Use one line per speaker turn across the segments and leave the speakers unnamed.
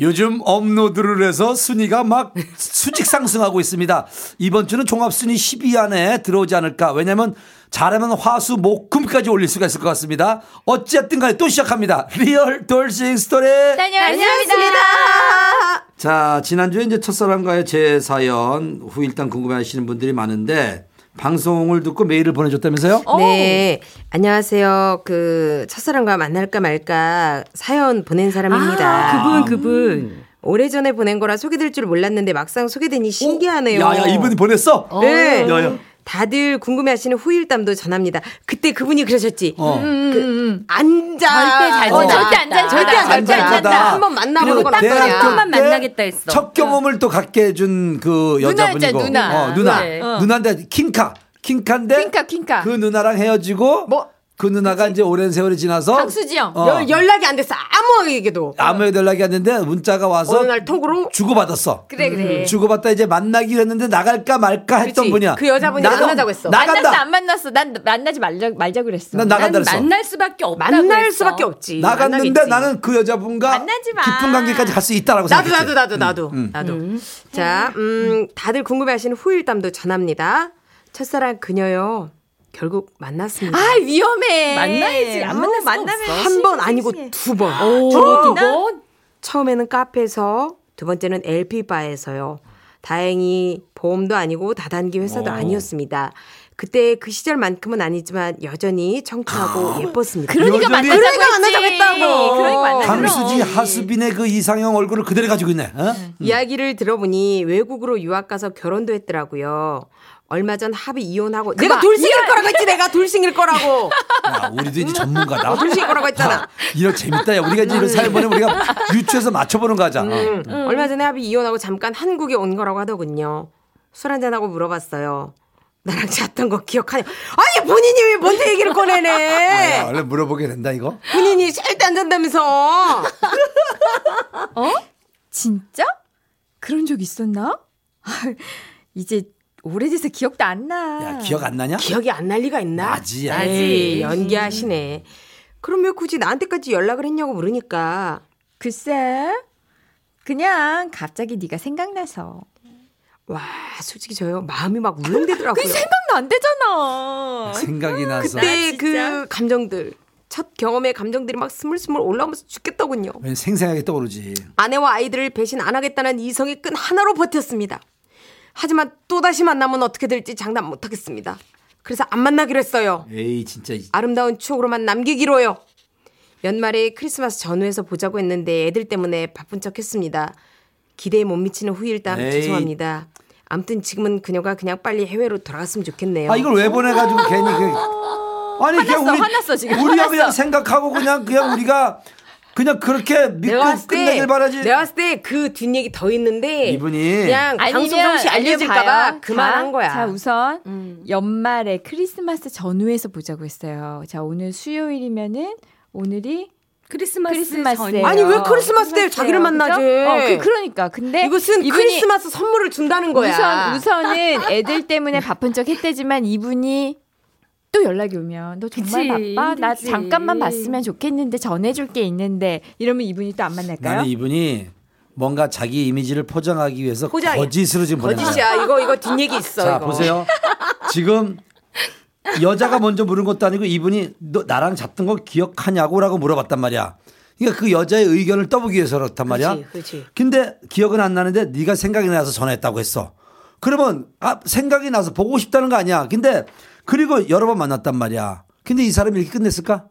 요즘 업로드를 해서 순위가 막 수직 상승하고 있습니다. 이번 주는 종합 순위 10위 안에 들어오지 않을까. 왜냐면 잘하면 화수 목금까지 올릴 수가 있을 것 같습니다. 어쨌든 간에 또 시작합니다. 리얼 돌싱 스토리.
다녀왔습니다.
자, 지난주에 이제 첫사랑과의 제 사연 후 일단 궁금해 하시는 분들이 많은데 방송을 듣고 메일을 보내줬다면서요?
네. 안녕하세요. 그 첫사랑과 만날까 말까 사연 보낸 사람입니다. 음.
아, 그분 그분.
오래전에 보낸 거라 소개될 줄 몰랐는데 막상 소개되니 신기하네요.
야, 야, 이분이 보냈어?
네.
야, 야.
다들 궁금해하시는 후일담도 전합니다. 그때 그분이 그러셨지.
어.
앉아.
절대 잘
어,
잔다.
절대 안 잔다. 절대 안
절대
잔다.
안 잔다.
한번 만나보는
그리고
건
대학교
어떠냐.
번만
때
만나겠다 했어.
첫 경험을 또 갖게 해준 그 여자분이고
누나였잖아, 누나.
어, 누나
네.
누나인데 킹카 킹카인데
킹카, 킹카.
그 누나랑 헤어지고
뭐?
그 누나가 이제 오랜 세월이 지나서
강수지영.
어,
연- 연락이 안 됐어. 아무에게도.
아무 연락이 안 됐는데 문자가 와서
어느 날 톡으로
주고받았어. 음,
그래, 그래.
주고받다 이제 만나기로 했는데 나갈까 말까 했던
그치.
분이야.
그 여자분이
나가-
만나자고 했어.
나간다.
만났어 안 만났어. 난 만나지 말자 말자 그랬어.
난 나간다 그랬어.
만날 수밖에 없다고
만날
했어.
수밖에 없지.
나갔는데
만나겠지.
나는 그 여자분과
만나지 마.
깊은 관계까지 갈 수 있다라고
나도
생각했지.
나도 나도 나도 나도. 자, 음, 다들 궁금해하시는 후일담도 전합니다. 첫사랑 그녀요. 결국 만났습니다. 네, 어,
아 위험해.
만나야지. 안 만날 수가
만나면
한 번 아니고 두 번.
어,
어,
저두 번.
처음에는 카페에서, 두 번째는 LP 바에서요. 다행히 보험도 아니고 다단기 회사도 아니었습니다. 그때 그 시절만큼은 아니지만 여전히 청춘하고 예뻤습니다.
그러니까
여전히-
만나자고
그러니까
했지.
만나자고 했다고.
그러니까 만나.
강수지
그럼.
하수빈의 그 이상형 얼굴을 그대로 가지고 있네. 어?
음. 이야기를 들어보니 외국으로 유학 가서 결혼도 했더라고요. 얼마 전 합의 이혼하고 내가
그만.
돌싱일 거라고 했지 내가 돌싱일 거라고
야, 우리도
음.
이제 전문가다.
어, 돌싱일 거라고
자,
했잖아.
이런 재밌다. 야, 우리가 이제 이런 사연 보내면 우리가 유추해서 맞춰보는 거 하자.
음.
어.
얼마 전에 합의 이혼하고 잠깐 한국에 온 거라고 하더군요. 술 한잔하고 물어봤어요. 나랑 잤던 거 기억하냐? 아니 본인이 왜 먼저
아,
얘기를
야,
꺼내네.
원래 물어보게 된다, 이거?
본인이 절대 안 잔다면서.
진짜? 그런 적 있었나? 이제 오래돼서 기억도 안 나.
음.
야, 기억 안 나냐?
기억이 안 날 리가 있나?
나지, 야.
에이, 연기하시네. 그럼 왜 굳이 나한테까지 연락을 했냐고 물으니까
글쎄. 그냥 갑자기 네가 생각나서.
와 솔직히 저요 마음이 막 울렁대더라고요.
생각나 안
어.
되잖아.
생각이 나서.
그때
나
그 감정들 첫 경험의 감정들이 막 스물스물 올라오면서 죽겠더군요.
왠 생생하게 떠오르지.
아내와 아이들을 배신 안 하겠다는 이성의 끈 하나로 버텼습니다. 하지만 또 다시 만나면 어떻게 될지 장담 못하겠습니다. 그래서 안 만나기로 했어요.
에이, 진짜. 이-
아름다운 추억으로만 남기기로요. 연말에 크리스마스 전후에서 보자고 했는데 애들 때문에 바쁜 척했습니다. 기대에 못 미치는 후일담
에이.
죄송합니다. 아무튼 지금은 그녀가 그냥 빨리 해외로 돌아갔으면 좋겠네요.
아, 이걸 왜 보내가지고 괜히 그. 아니, 그냥
어. 화났어,
우리.
화났어, 지금.
우리가 그냥
화났어.
생각하고 그냥, 그냥 우리가 그냥 그렇게 믿고
내가 봤을 때,
끝내길 바라지.
내가 봤을 때 그 뒷얘기 더 있는데
음. 이분이
그냥
아니면
방송 정시 알려질까봐
알려봐요.
그만한
자,
거야.
자, 우선
음.
연말에 크리스마스 전후에서 보자고 했어요. 자, 오늘 수요일이면은 오늘이
크리스마스
크리스마스예요.
아니 왜 크리스마스 때 자기를 만나지?
그죠? 어, 그, 그러니까. 근데
이것은
이분이
크리스마스 선물을 준다는 거야.
우선 우선은 애들 때문에 바쁜 척 했대지만 이분이 또 연락이 오면 너 정말
그치,
바빠 나
힘들지.
잠깐만 봤으면 좋겠는데 전해줄 게 있는데 이러면 이분이 또 안 만날까요?
나는 이분이 뭔가 자기 이미지를 포장하기 위해서
포장이야.
거짓으로 지금 보내는 거야.
거짓이야. 이거 이거 뒷얘기 있어.
자
이거.
보세요. 지금 여자가 먼저 물은 것도 아니고 이분이 너 나랑 잤던 거 기억하냐고라고 물어봤단 말이야. 그러니까 그 여자의 의견을 떠보기 위해서 그렇단 말이야.
그치, 그치.
근데 기억은 안 나는데 네가 생각이 나서 전화했다고 했어. 그러면 아 생각이 나서 보고 싶다는 거 아니야. 근데 그리고 여러 번 만났단 말이야. 근데 이 사람이 이렇게 끝냈을까?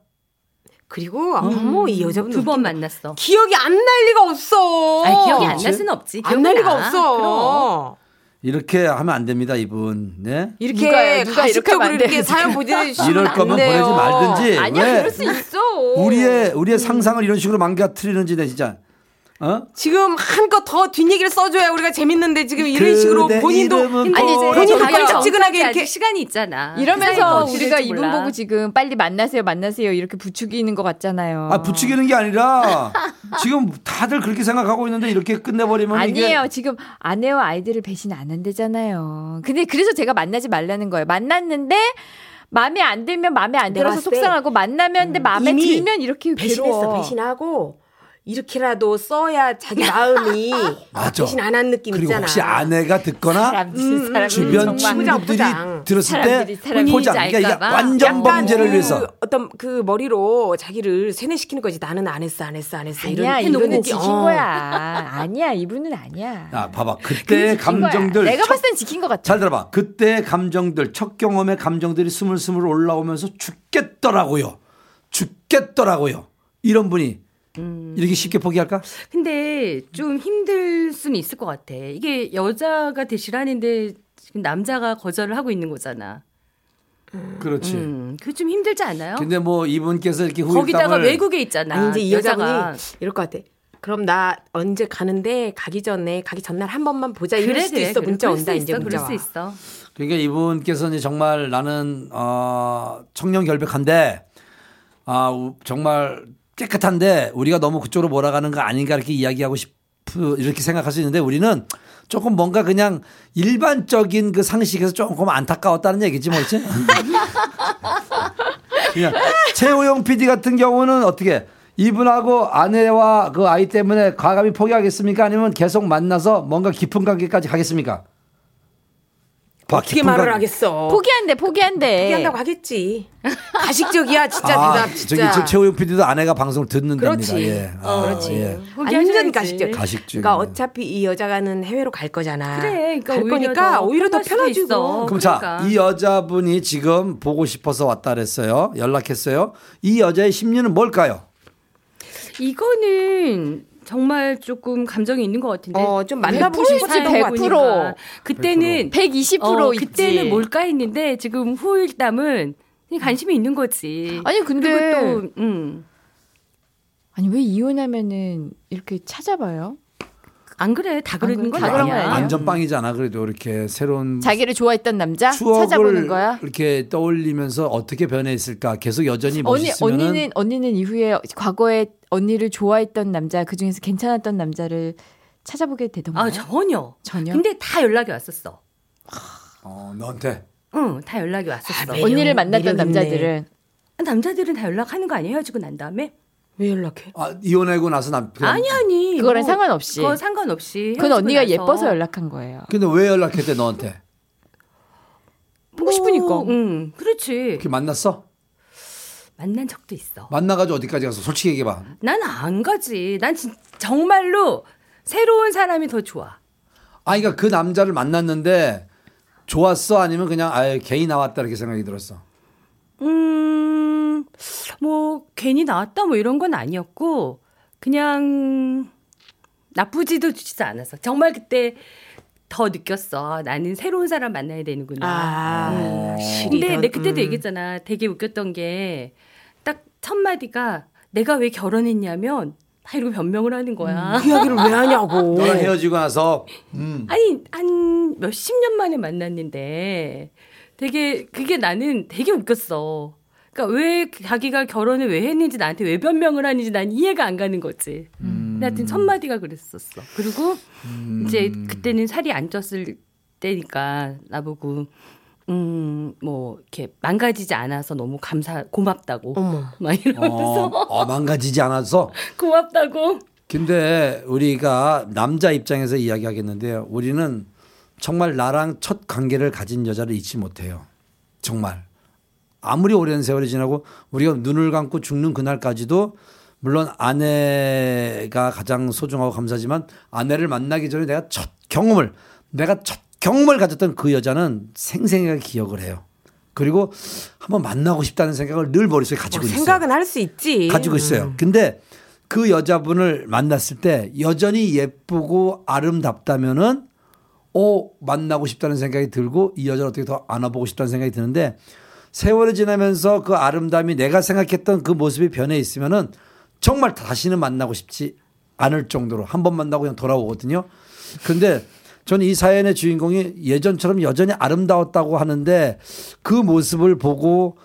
그리고 어머 이 여자분
두 번
웃긴-
만났어.
기억이 안 날 리가 없어.
아니 기억이 안
그치?
날 수는 없지.
안 날
기억이
리가
나.
없어.
그럼.
이렇게 하면 안 됩니다, 이분. 네?
이렇게
누가요? 누가 이렇게
가식적으로
하면 안
이렇게 사연 보내주시면
이럴
안
거면
돼요.
보내지
예,
말든지.
아니야
왜
그럴 수 있어.
우리의 우리의 상상을 이런 식으로 망가뜨리는지 내 진짜. 어?
지금 한껏 더 뒷얘기를 써줘야 우리가 재밌는데 지금 이런 식으로
그대
본인도
이름은
아니 이제
본인도
자기가
껄쩍지근하게
어떻게 아직
이렇게-
시간이 있잖아.
이러면서
그
우리가
사이에 어떻게 될지
이분
몰라.
보고 지금 빨리 만나세요 만나세요 이렇게 부추기는 것 같잖아요.
아 부추기는 게 아니라 지금 다들 그렇게 생각하고 있는데 이렇게 끝내버리면
아니에요.
이게
지금 아내와 아이들을 배신 안 한대잖아요. 근데 그래서 제가 만나지 말라는 거예요. 만났는데 마음에 안 들면 마음에 안
내가
들어서
봤을 때
속상하고 만나면 근데 마음에
이미
들면 이렇게
배신했어
괴로워.
배신하고 이렇게라도 써야 자기 마음이
맞아.
대신 안 한 느낌
그리고
있잖아.
혹시 아내가 듣거나
사람
음.
사람
주변
정말
친구들
친구들이
포장.
들었을
사람들이
때
사람들이
포장. 그러니까 이게
알까봐.
완전
약간
범죄를
음.
그
위해서.
어떤 그 머리로 자기를 세뇌시키는 거지. 나는 안 했어, 안 했어, 안 했어. 이런
아니야
해놓은
이분은
느낌.
지킨
어.
거야. 아니야 이분은 아니야.
아, 봐봐.
그게
그때의
지킨 거야.
감정들.
내가
첫-
봤을 땐 지킨 것 같아.
잘 들어봐. 그때의 감정들, 첫 경험의 감정들이 스물스물 올라오면서 죽겠더라고요. 죽겠더라고요. 이런 분이
음.
이렇게 쉽게 포기할까?
근데 좀 힘들 수는 있을 것 같아. 이게 여자가 대시라는데 지금 남자가 거절을 하고 있는 거잖아.
그렇지.
음, 그게 좀 힘들지 않아요?
근데 뭐 이분께서 이렇게 후일담을
거기다가 외국에 있잖아.
그 아니 이제 이
여자가.
여자분이 이럴 것 같아. 그럼 나 언제 가는데 가기 전에 가기 전날 한 번만 보자. 이럴 수도 있어. 문자
그럴 수
온다 이제
있어,
문자
그럴
와.
수 있어.
그러니까 이분께서는 정말 나는 어, 청년 결백한데 아 우- 정말 깨끗한데 우리가 너무 그쪽으로 몰아가는 거 아닌가 이렇게 이야기하고 싶 이렇게 생각할 수 있는데 우리는 조금 뭔가 그냥 일반적인 그 상식에서 조금 안타까웠다는 얘기지 뭐지? 그냥 최호영 PD 같은 경우는 어떻게 이분하고 아내와 그 아이 때문에 과감히 포기하겠습니까? 아니면 계속 만나서 뭔가 깊은 관계까지 가겠습니까? 봐,
어떻게
깊은
말을
관계.
하겠어.
포기한대 포기한대.
포기한다고 하겠지. 가식적이야 진짜 대답 진짜.
아, 저기 최호영 PD도 아내가 방송을 듣는
그렇지.
겁니다. 예. 아,
그렇지.
예.
완전 가식적.
가식적이네.
그러니까 어차피 이 여자가는 해외로 갈 거잖아.
그래, 그러니까
갈
오히려
거니까
더
오히려 더
편할 수도 있어.
편해지고.
그럼 자,
그러니까.
이 여자분이 지금 보고 싶어서 왔다 그랬어요. 연락했어요. 이 여자의 심리는 뭘까요?
이거는 정말 조금 감정이 있는 것 같은데.
어, 좀 만나보신
지
거지, 100%.
그때는
120%
어,
있지.
그때는 뭘까 했는데 지금 후일담은 그냥 관심이 있는 거지.
아니 근데
그리고 또 음.
아니 왜 이혼하면은 이렇게 찾아봐요?
안 그래 다
그래,
그러는 건
다 그런 거
아니야.
아니에요?
완전 빵이잖아. 그래도 이렇게 새로운
자기를 좋아했던 남자
추억을
찾아보는 거야?
이렇게 떠올리면서 어떻게 변했을까? 계속 여전히
언니
멋있으면은
언니는 언니는 이후에 과거에 언니를 좋아했던 남자 그 중에서 괜찮았던 남자를 찾아보게 되던가요?
아 전혀.
전혀?
근데 다 연락이 왔었어.
어, 너한테
응, 다 연락이 왔었어.
아, 매력.
언니를 만났던
매력 있네.
남자들은
남자들은 다 연락하는 거 아니에요? 헤어지고 난 다음에?
왜 연락해?
아, 이혼하고 나서 남 그냥-
아니 아니.
그거랑 상관없이.
그거 상관없이.
그건
헤어지고
언니가
나서.
예뻐서 연락한 거예요.
근데 왜 연락했대 너한테?
보고 싶으니까.
응, 그렇지.
이렇게 만났어?
만난 적도 있어.
만나가지고 어디까지 가서 솔직히 얘기해 봐.
난 안 가지. 난 진, 정말로 새로운 사람이 더 좋아.
아, 그러니까 그 남자를 만났는데 좋았어 아니면 그냥 아예 개이 나왔다 이렇게 생각이 들었어.
음, 뭐 괜히 나왔다 뭐 이런 건 아니었고 그냥 나쁘지도 좋지도 않았어. 정말 그때 더 느꼈어. 아, 나는 새로운 사람 만나야 되는구나.
아, 실이
근데
더-
내
음.
그때도 얘기했잖아. 되게 웃겼던 게 딱 첫 마디가 내가 왜 결혼했냐면 다 이러고 변명을 하는 거야.
그 이야기를 왜 하냐고.
너랑 헤어지고 나서 음.
아니 한 몇십 년 만에 만났는데 되게 그게 나는 되게 웃겼어. 그러니까 왜 자기가 결혼을 왜 했는지 나한테 왜 변명을 하는지 난 이해가 안 가는 거지.
음.
근데 하여튼 첫 마디가 그랬었어. 그리고 이제 그때는 살이 안 쪘을 때니까 나보고 음뭐 이렇게 망가지지 않아서 너무 감사 고맙다고
어머.
막 이러면서
어, 어, 망가지지 않아서.
고맙다고
근데 우리가 남자 입장에서 이야기하겠는데요. 우리는 정말 나랑 첫 관계를 가진 여자를 잊지 못해요. 정말. 아무리 오랜 세월이 지나고 우리가 눈을 감고 죽는 그날까지도 물론 아내가 가장 소중하고 감사하지만 아내를 만나기 전에 내가 첫 경험을 내가 첫 경험을 가졌던 그 여자는 생생하게 기억을 해요. 그리고 한번 만나고 싶다는 생각을 늘 머릿속에 가지고 있어요.
뭐 생각은 할 수 있지. 음.
가지고 있어요. 근데 그 여자분을 만났을 때 여전히 예쁘고 아름답다면은 오 만나고 싶다는 생각이 들고 이 여자를 어떻게 더 안아보고 싶다는 생각이 드는데 세월이 지나면서 그 아름다움이 내가 생각했던 그 모습이 변해 있으면은 정말 다시는 만나고 싶지 않을 정도로 한 번 만나고 그냥 돌아오거든요. 근데 저는 이 사연의 주인공이 예전처럼 여전히 아름다웠다고 하는데 그 모습을 보고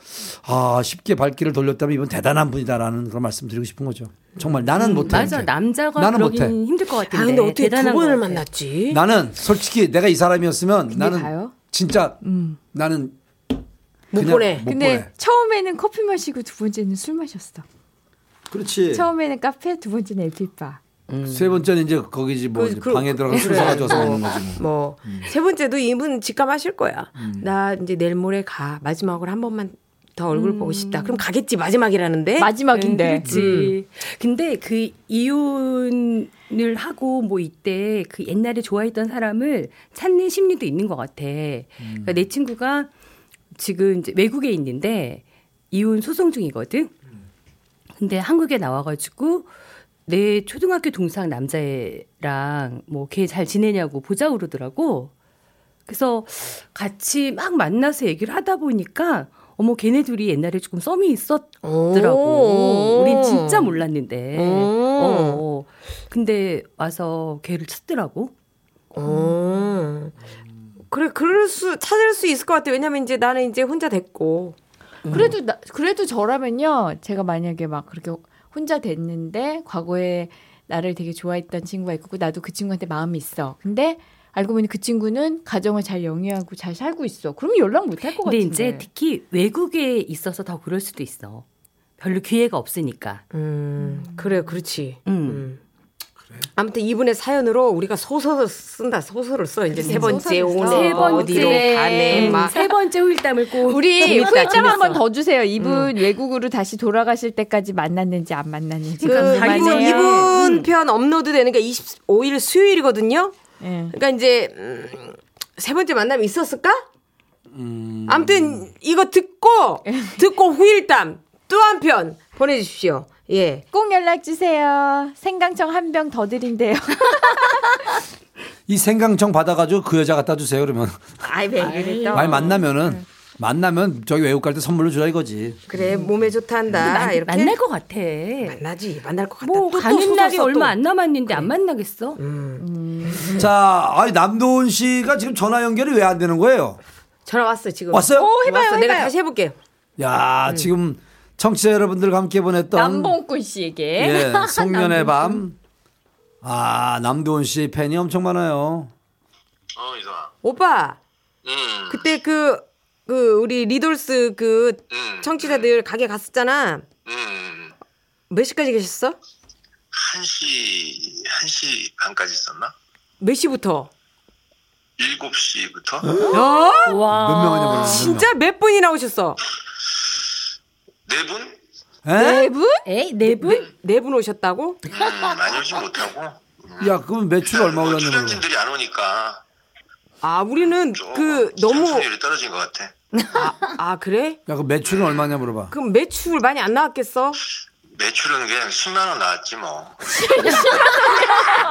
아 쉽게 발길을 돌렸다면 이분 대단한 분이다라는 그런 말씀 드리고 싶은 거죠. 정말 나는 못해.
맞아
이제.
남자가
나는
그러긴
못해.
힘들 것 같은데
아 근데 어떻게 두
대단한 것
번을
같아.
만났지?
나는 솔직히 내가 이 사람이었으면 나는
가요?
진짜 나는
못
그냥
보내.
못
근데
보내.
처음에는 커피 마시고 두 번째는 술 마셨어.
그렇지.
처음에는 카페, 두 번째는 LP바.
음. 세 번째는 이제 거기지 뭐
그-
이제
그-
방에 들어가서 술
그래.
사가져서
뭐,
먹는 거지 뭐. 음.
뭐, 세 번째도 이분 직감하실 거야. 나 이제 내일 모레 가. 마지막으로 한 번만 더 얼굴
음.
보고 싶다. 그럼 가겠지, 마지막이라는데.
마지막인데.
네, 그렇지. 근데 그 이혼을 하고 뭐 이때 그 옛날에 좋아했던 사람을 찾는 심리도 있는 것 같아. 그러니까 내 친구가 지금 이제 외국에 있는데 이혼 소송 중이거든. 근데 한국에 나와가지고 내 초등학교 동상 남자애랑 뭐 걔 잘 지내냐고 보자 그러더라고. 그래서 같이 막 만나서 얘기를 하다 보니까 어머 걔네 둘이 옛날에 조금 썸이 있었더라고.
오.
우린 진짜 몰랐는데.
오.
어. 근데 와서 걔를 찾더라고.
어. 그래, 그럴 수, 찾을 수 있을 것 같아. 왜냐면 이제 나는 이제 혼자 됐고.
그래도 나, 그래도 저라면요. 제가 만약에 막 그렇게 혼자 됐는데 과거에 나를 되게 좋아했던 친구가 있고 나도 그 친구한테 마음이 있어. 근데 알고 보니 그 친구는 가정을 잘 영위하고 잘 살고 있어. 그러면 연락 못 할 것
근데
같은데.
이제 특히 외국에 있어서 더 그럴 수도 있어. 별로 기회가 없으니까.
음, 그래, 그렇지.
음.
음. 아무튼 이분의 사연으로 우리가 소설을 쓴다. 소설을 써. 이제 세 번째
음, 소설을 써.
오늘
세 번째.
어디로 가네. 막
세 번째 후일담을 꼭
우리
재밌다,
후일담
재밌어.
한번 더 주세요. 이분 외국으로 다시 돌아가실 때까지 만났는지 안 만났는지.
그
자기
이분,
생각에.
이분 편 업로드 되는 게 25일 수요일이거든요.
예.
그러니까 이제 음, 세 번째 만남이 있었을까?
음.
아무튼 이거 듣고 듣고 후일담 또 한 편 보내주십시오. 예.
꼭 연락 주세요. 생강청 한 병 더 드린대요.
이 생강청 받아가지고 그 여자 갖다 주세요 그러면
아이 왜 그래 또.
만약 만나면은 만나면 저기 외국 갈 때 선물로 주라 이거지.
그래 몸에 좋다한다.
만,
이렇게
만날 것 같아.
만나지 만날 것 같다. 또,
뭐
또
가는 날이
쏟았어, 또.
얼마 안 남았는데 안 만나겠어?
자, 아니 남도훈 씨가 지금 전화 연결이 왜 안 되는 거예요?
전화 왔어 지금.
왔어요? 오,
해봐요,
왔어. 내가
해봐요.
다시 해볼게요.
야, 지금 청취자 여러분들과 함께 보냈던
남봉꾼 씨에게.
예, 송년의 밤. 아, 남도훈 씨 팬이 엄청 많아요.
어, 이사.
오빠
음.
그때 그. 그 우리 리돌스 그
음.
청취자들 가게 갔었잖아.
음.
몇 시까지 계셨어?
1시, 1시 반까지 있었나?
몇 시부터?
7시부터?
어?
와.
몇 명이냐 모르겠네.
진짜 몇 분이 나오셨어?
네 분?
에?
네 분?
에이, 네 분?
네 분 오셨다고?
음, 많이 오지 못하고.
야, 그럼 매출 얼마
뭐
올랐냐 모르겠네.
출연진들이 안 오니까
아 우리는
좀
그 너무
청취율이 떨어진 것 같아.
아, 아, 그래?
야, 그 매출은 얼마냐 물어봐.
그럼 매출 많이 안 나왔겠어?
매출은 그냥 10만 원 나왔지 뭐.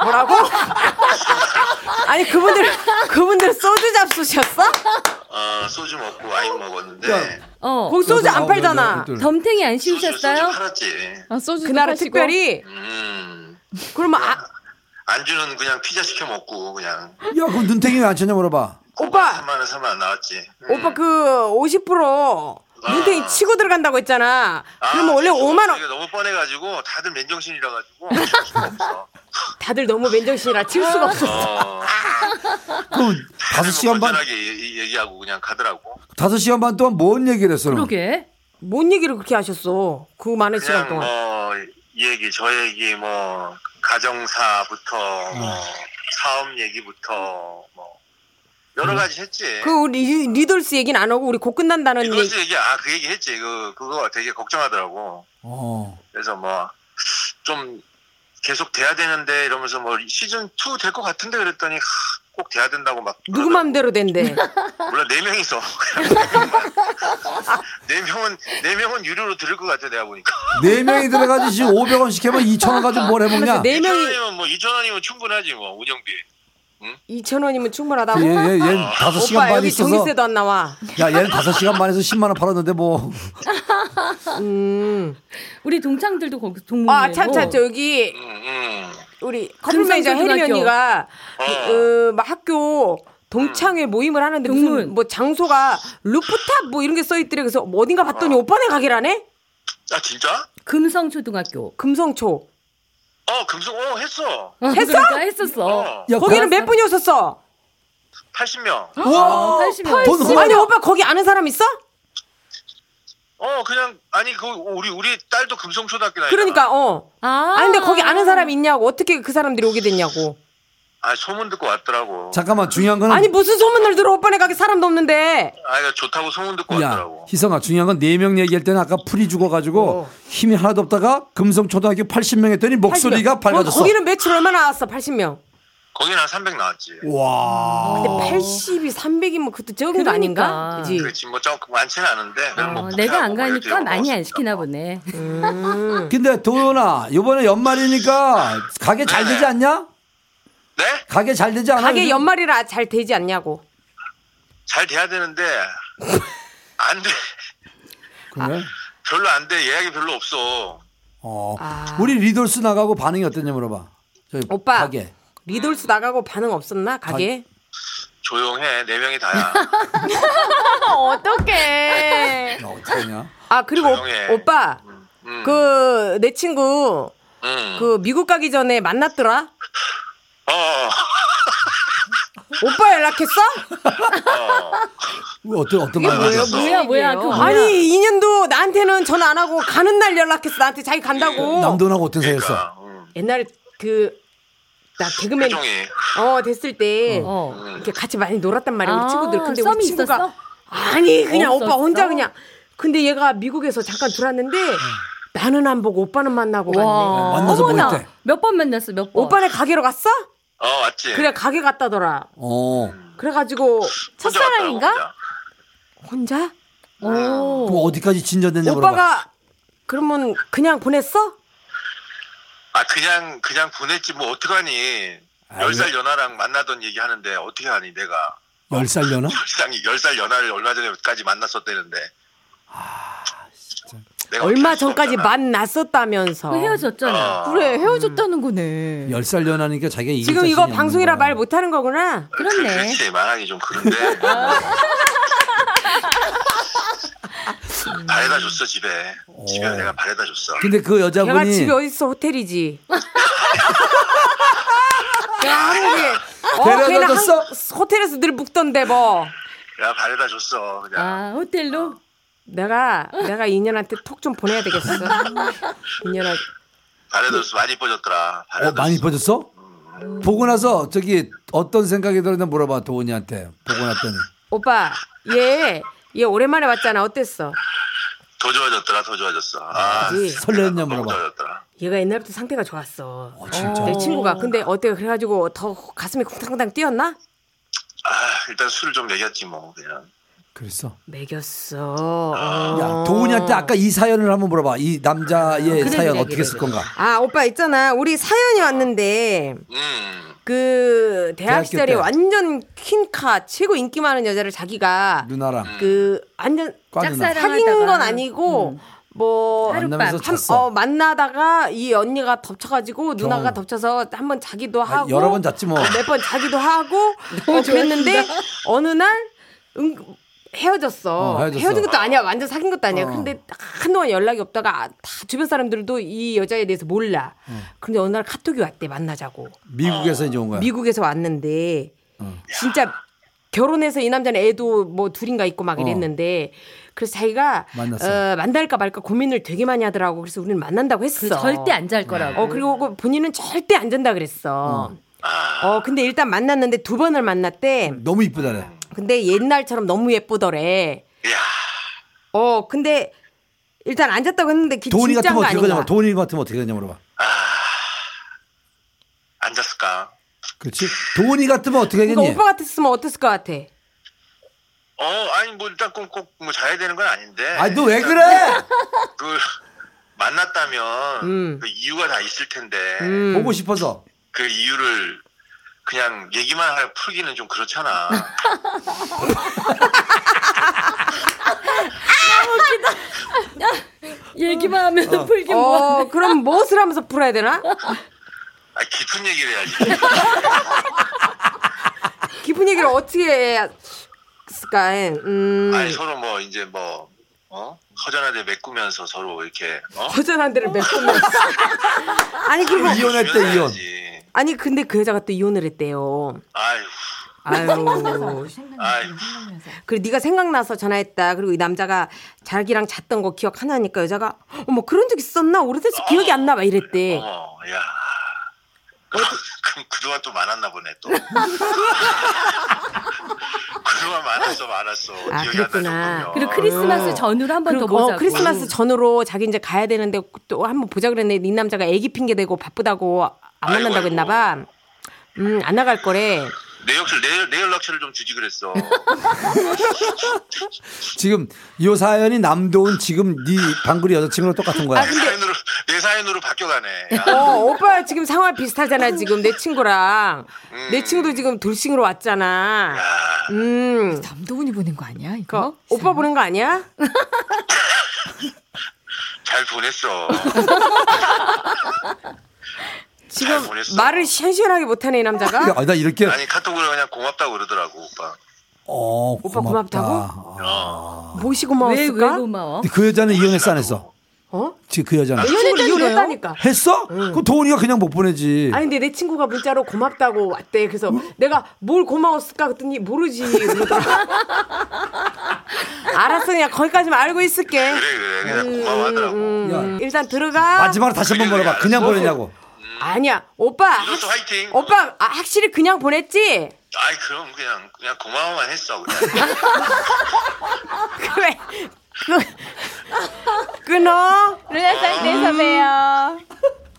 뭐라고? 아니 그분들 그분들 소주 잡수셨어?
어, 소주 먹고 와인 먹었는데
야,
어.
거기 소주 안
아홉 명,
팔잖아.
여덟.
덤탱이 안
소주, 소주
씌우셨어요?
팔았지.
아, 소주
그날은 특별히
음.
그러면 아,
안주는 그냥 피자 시켜 먹고 그냥
야, 그럼 눈탱이 왜 안 쳤냐 물어봐.
오빠!
3만 원 3만 원 나왔지. 음.
오빠 그 50% 눈탱이 치고 들어간다고 했잖아.
아,
그러면 원래
죄송합니다.
5만 원
이게 너무 뻔해가지고 다들 맨정신이라 가지고 칠 수가 없어.
다들 너무 맨정신이라 칠 수가 없어.
어,
그럼 다섯
다들
시간 반,
뭐 건전하게 얘- 얘- 얘기하고 그냥 가더라고.
다섯 시간반 동안 뭔 얘기를 했어? 그럼?
그러게.
뭔 얘기를 그렇게 하셨어? 그 많은 시간
그냥
동안.
뭐 얘기 저 얘기 뭐 가정사부터
음.
뭐 사업 얘기부터 뭐 여러 가지 했지.
그 우리 리- 리돌스 얘기는 안 하고 우리 곧 끝난다는
이거
얘기.
얘기 아 그 얘기 했지. 그 그거 되게 걱정하더라고.
어.
그래서 뭐 좀 계속 돼야 되는데 이러면서 뭐 시즌 2 될 것 같은데 그랬더니 하, 꼭 돼야 된다고 막
누구 맘대로 된대.
몰라 네 명이서 네 명은 네 명은 유료로 들을 것 같아 내가 보니까
네 명이 들어가지 지금 500원씩 해면 2,000원 가지고 뭘 해먹냐?
네 명이
2,000원이면 뭐 2,000원이면 충분하지 뭐 운영비
2천 원이면
얘,
충분하다고.
얘, 얘 예, 다섯 시간
네 오빠
반
여기
있어서.
종이세도 안 나와.
야, 얘는 다섯 시간 반에서 10만 원 팔았는데 뭐.
음.
우리 동창들도 거기 동문.
아, 참, 참, 저기,
응응
우리 커플 매니저 혜리
금성초등학교.
언니가, 어, 막 학교 동창회 모임을 하는데 무슨
동문.
뭐 장소가 루프탑 뭐 이런 게 써있더래. 그래서 뭐 어딘가 봤더니 오빠네 가게라네?
아 진짜?
금성초등학교.
금성초.
어 금성 어 했어
했어? 그러니까 했었어.
어
야,
거기는 몇 분이 오셨어?
80명
우와!
어, 80명.
돈
아니, 오빠 거기 아는 사람 있어?
어 그냥 아니 그 우리 우리 딸도 금송초등학교 다니잖아.
그러니까 어.
아.
아 근데 거기 아는 사람 있냐고 어떻게 그 사람들이 오게 됐냐고.
아 소문 듣고 왔더라고.
그, 잠깐만 중요한 건
아니 무슨 소문을 들어 오빠네 가게 사람도 없는데.
아 이거 좋다고 소문 듣고
야,
왔더라고.
희성아 중요한 건 네 명 얘기할 때는 아까 풀이 죽어가지고 힘이 하나도 없다가 금성초등학교 80명 했더니 목소리가
80명. 뭐
밝아졌어.
거, 기는 매출 얼마 나왔어? 80명.
거긴 한 300 나왔지.
와.
근데 80이 300이면 뭐 그것도 적은 거
그러니까.
아닌가? 그지?
그렇지 뭐 조금 많지는 않은데. 그냥 뭐
어,
부패하고
내가 안
뭐 이렇게
가니까 많이 안
먹었으니까.
시키나
아,
보네.
음.
근데 도연아 이번에 연말이니까 가게 잘 되지 않냐?
네?
가게 잘 되지 않아?
가게
요즘?
연말이라 잘 되지 않냐고.
잘 돼야 되는데 안 돼.
그래?
별로 안 돼. 예약이 별로 없어.
어.
아.
우리 리돌스 나가고 반응이 어땠냐 물어봐. 저희
오빠.
가게.
리돌스 나가고 반응 없었나? 가게?
조용해. 네 명이 다야.
어떡해.
야, 어떡하냐?
아 그리고
조용해.
오- 오빠
음.
그 내 친구
음.
그 미국 가기 전에 만났더라.
어.
오빠 연락했어?
어.
어떤 어떤 말
뭐예요?
하셨어?
뭐야 뭐야 그 뭐야.
아니 인연도 나한테는 전화 안 하고 가는 날 연락했어. 나한테 자기 간다고.
남도나고 어떤 사이였어?
그러니까. 음.
옛날에 그 나 개그맨
표정이.
어 됐을 때
어.
이렇게 같이 많이 놀았단 말이야
아,
우리 친구들. 근데
썸이
우리 친구가
있었어?
아니 그냥 오빠
없었어?
혼자 그냥. 근데 얘가 미국에서 잠깐 들어왔는데 나는 안 보고 오빠는 만나고 갔네.
와.
만나서 뭐
어머나.
했대?
몇 번 만났어 몇 번.
오빠네 가게로 갔어?
어 맞지.
그래 가게 갔다더라.
어.
그래가지고
혼자 왔다고,
첫사랑인가?
혼자.
혼자?
그럼
오.
어디까지 진전됐냐 물어봐.
오빠가 그러면 그냥 보냈어?
아 그냥 그냥 보냈지 뭐 어떡하니
아,
열 살 연하랑 만나던 얘기 하는데 어떻게 하니 내가
열살 연하?
열상이 열 살 연하를 얼마 전에까지 만났었대는데
아,
내가
얼마
어떻게 할
전까지
수가 없잖아.
만났었다면서.
그 헤어졌잖아.
어,
그래 헤어졌다는 거네.
열살 연하니까 자기가 이길
지금 이거
자신이 없는
방송이라
거야.
말 못하는 거구나.
그-
그렇네.
그렇지 말하기 좀 그런데
어.
뭐. 바래다 줬어 집에 집에 내가 바래다 줬어
근데 그
걔가
여자분이
집이 어딨어 호텔이지. 걔 한국에. 어,
데려다
걔는
줬어?
한, 호텔에서 늘 묵던데 뭐.
내가 바래다 줬어 그냥
아 호텔로.
내가 내가 인연한테 톡 좀 보내야 되겠어. 인연아. 그
바래다 줬어 많이 이뻐졌더라 바래다
어, 많이
줬어.
이뻐졌어? 보고 나서 저기 어떤 생각이 들었나 물어봐 도훈이한테 보고 났더니
오빠 얘. 얘 오랜만에 왔잖아. 어땠어?
더 좋아졌더라 더 좋아졌어 아
그치?
설레었냐
너무
물어봐.
좋아졌더라
얘가 옛날부터 상태가 좋았어.
어, 진짜.
내 친구가 근데 어때요? 그래가지고 더 가슴이 쿵탕탕 뛰었나?
아 일단 술을 좀 먹였지 뭐 그냥
그랬어.
먹였어. 어.
야 도훈이한테 아까 이 사연을 한번 물어봐. 이 남자의
그래,
사연
그래,
어떻게
그래,
쓸
그래.
건가?
아 오빠 있잖아. 우리 사연이 왔는데
음
그 대학
대학교 때.
시절에 완전 퀸카 최고 인기 많은 여자를 자기가
누나랑
그 완전
과 누나.
짝사랑.
사귄
사랑하다가. 음.
건 아니고 뭐
하룻밤.
만나면서
한-
잤어.
어, 만나다가 이 언니가 덮쳐가지고 누나가 덮쳐서 한 번 자기도
아,
하고
여러 번 잤지 뭐.
몇 번 자기도 하고 어, 그랬는데 어느 날 응, 헤어졌어.
어, 헤어졌어.
헤어진 것도 아니야. 완전 사귄 것도 아니야.
어.
근데 한동안 연락이 없다가 다 주변 사람들도 이 여자에 대해서 몰라. 근데 어느 날 카톡이 왔대 만나자고.
미국에서 이제 온 거야.
미국에서 왔는데
어.
진짜 결혼해서 이 남자는 애도 뭐 둘인가 있고 막 이랬는데 그래서 자기가
어. 만났어.
어, 만날까 말까 고민을 되게 많이 하더라고. 그래서 우리는 만난다고 했어.
그 절대 안 잘 거라고.
어 그리고 그 본인은 절대 안 된다 그랬어. 어 근데 일단 만났는데 두 번을 만났대.
너무 이쁘다래.
근데 옛날처럼 너무 예쁘더래.
이야
어 근데 일단 앉았다고 했는데 그
도훈이 같으면
진짜인 거
어떻게 되냐?
아닌가?
도훈이 같으면 어떻게 되냐 물어봐.
앉았을까
그렇지? 도훈이 같으면 어떻게
그러니까
되겠니?
오빠 같았으면 어땠을 것 같아?
어, 아니 뭐 일단 꼭꼭 뭐 자야 되는 건 아닌데.
아니 너 왜
일단
그래?
그 만났다면
음.
그 이유가 다 있을 텐데
음.
보고 싶어서.
그 이유를 그냥 얘기만 하 풀기는 좀 그렇잖아.
얘기만 하면 풀기 뭐.
어 그럼 무엇을 하면서 풀어야 되나?
아, 깊은 얘기를 해야지.
깊은 얘기를 어떻게 해야 했을까? 음.
아니 서로 뭐 이제 뭐 어? 허전하게 메꾸면서 서로 이렇게 어?
허전한 데를 메꾸면서. 아니 그리고
이혼했대 이혼.
주변해야지.
아니 근데 그 여자가 또 이혼을 했대요.
아유
아유.
생각나서 생각나서.
그리고 네가 생각나서 전화했다. 그리고 이 남자가 자기랑 잤던 거 기억하나니까 여자가 어머 그런 적 있었나 오래돼서 기억이 안 나 막 이랬대.
어머, 야. 그럼 그동안 또 많았나 보네 또. 그동안 많았어 많았어.
아,
기억이 안
그랬구나.
나셨군요.
그리고 크리스마스 전후로 한 번 더
그리고
보자고.
어, 크리스마스 전으로 자기 이제 가야 되는데 또 한번 보자 그랬는데 이 남자가 애기 핑계 대고 바쁘다고 안
아이고,
만난다고
아이고.
했나 봐. 음, 안 나갈 거래.
어, 내 연락처 내, 내 연락처를 좀 주지 그랬어.
지금 요 사연이 남도훈 지금 네 방글이 여자친구랑 똑같은
아,
거야.
내 사연으로 내 사연으로 바뀌어가네. 야.
어, 오빠 지금 상황 비슷하잖아, 지금 내 친구랑. 내 친구도 지금 돌싱으로 왔잖아. 음.
남도훈이 보낸 거 아니야?
그
이거?
오빠 보낸 거 아니야?
잘 보냈어.
지금
보냈어.
말을 시원시원하게 못하네, 이 남자가.
야, 그러니까 나 이렇게
아니 카톡으로 그냥 고맙다고 그러더라고 오빠.
어,
오빠
고맙다.
고맙다고?
어.
뭐시
왜, 왜
고마웠을까?
고마워?
근데 그 여자는 이혼했어 안 했어?
어?
지금 그 여자는
이혼을 이혼했다니까.
했어? 그럼 도훈이가 그냥 못 보내지.
아니 근데 내 친구가 문자로 고맙다고 왔대. 그래서 내가 뭘 고마웠을까 그랬더니 모르지. 그러더라. 알았어 그냥 거기까지만 알고 있을게. 음.
그래 그래 그냥 고마워하더라고.
야,
일단 들어가.
마지막으로 다시 한 번 물어봐. 그냥 보내냐고.
아니야 오빠.
이것도
확-
화이팅.
오빠 아, 확실히 그냥 보냈지?
아이 그럼 그냥 그냥 고마워만 했어 그냥.
그래. 끊- 끊어.
루나 쌍대에서 봬요.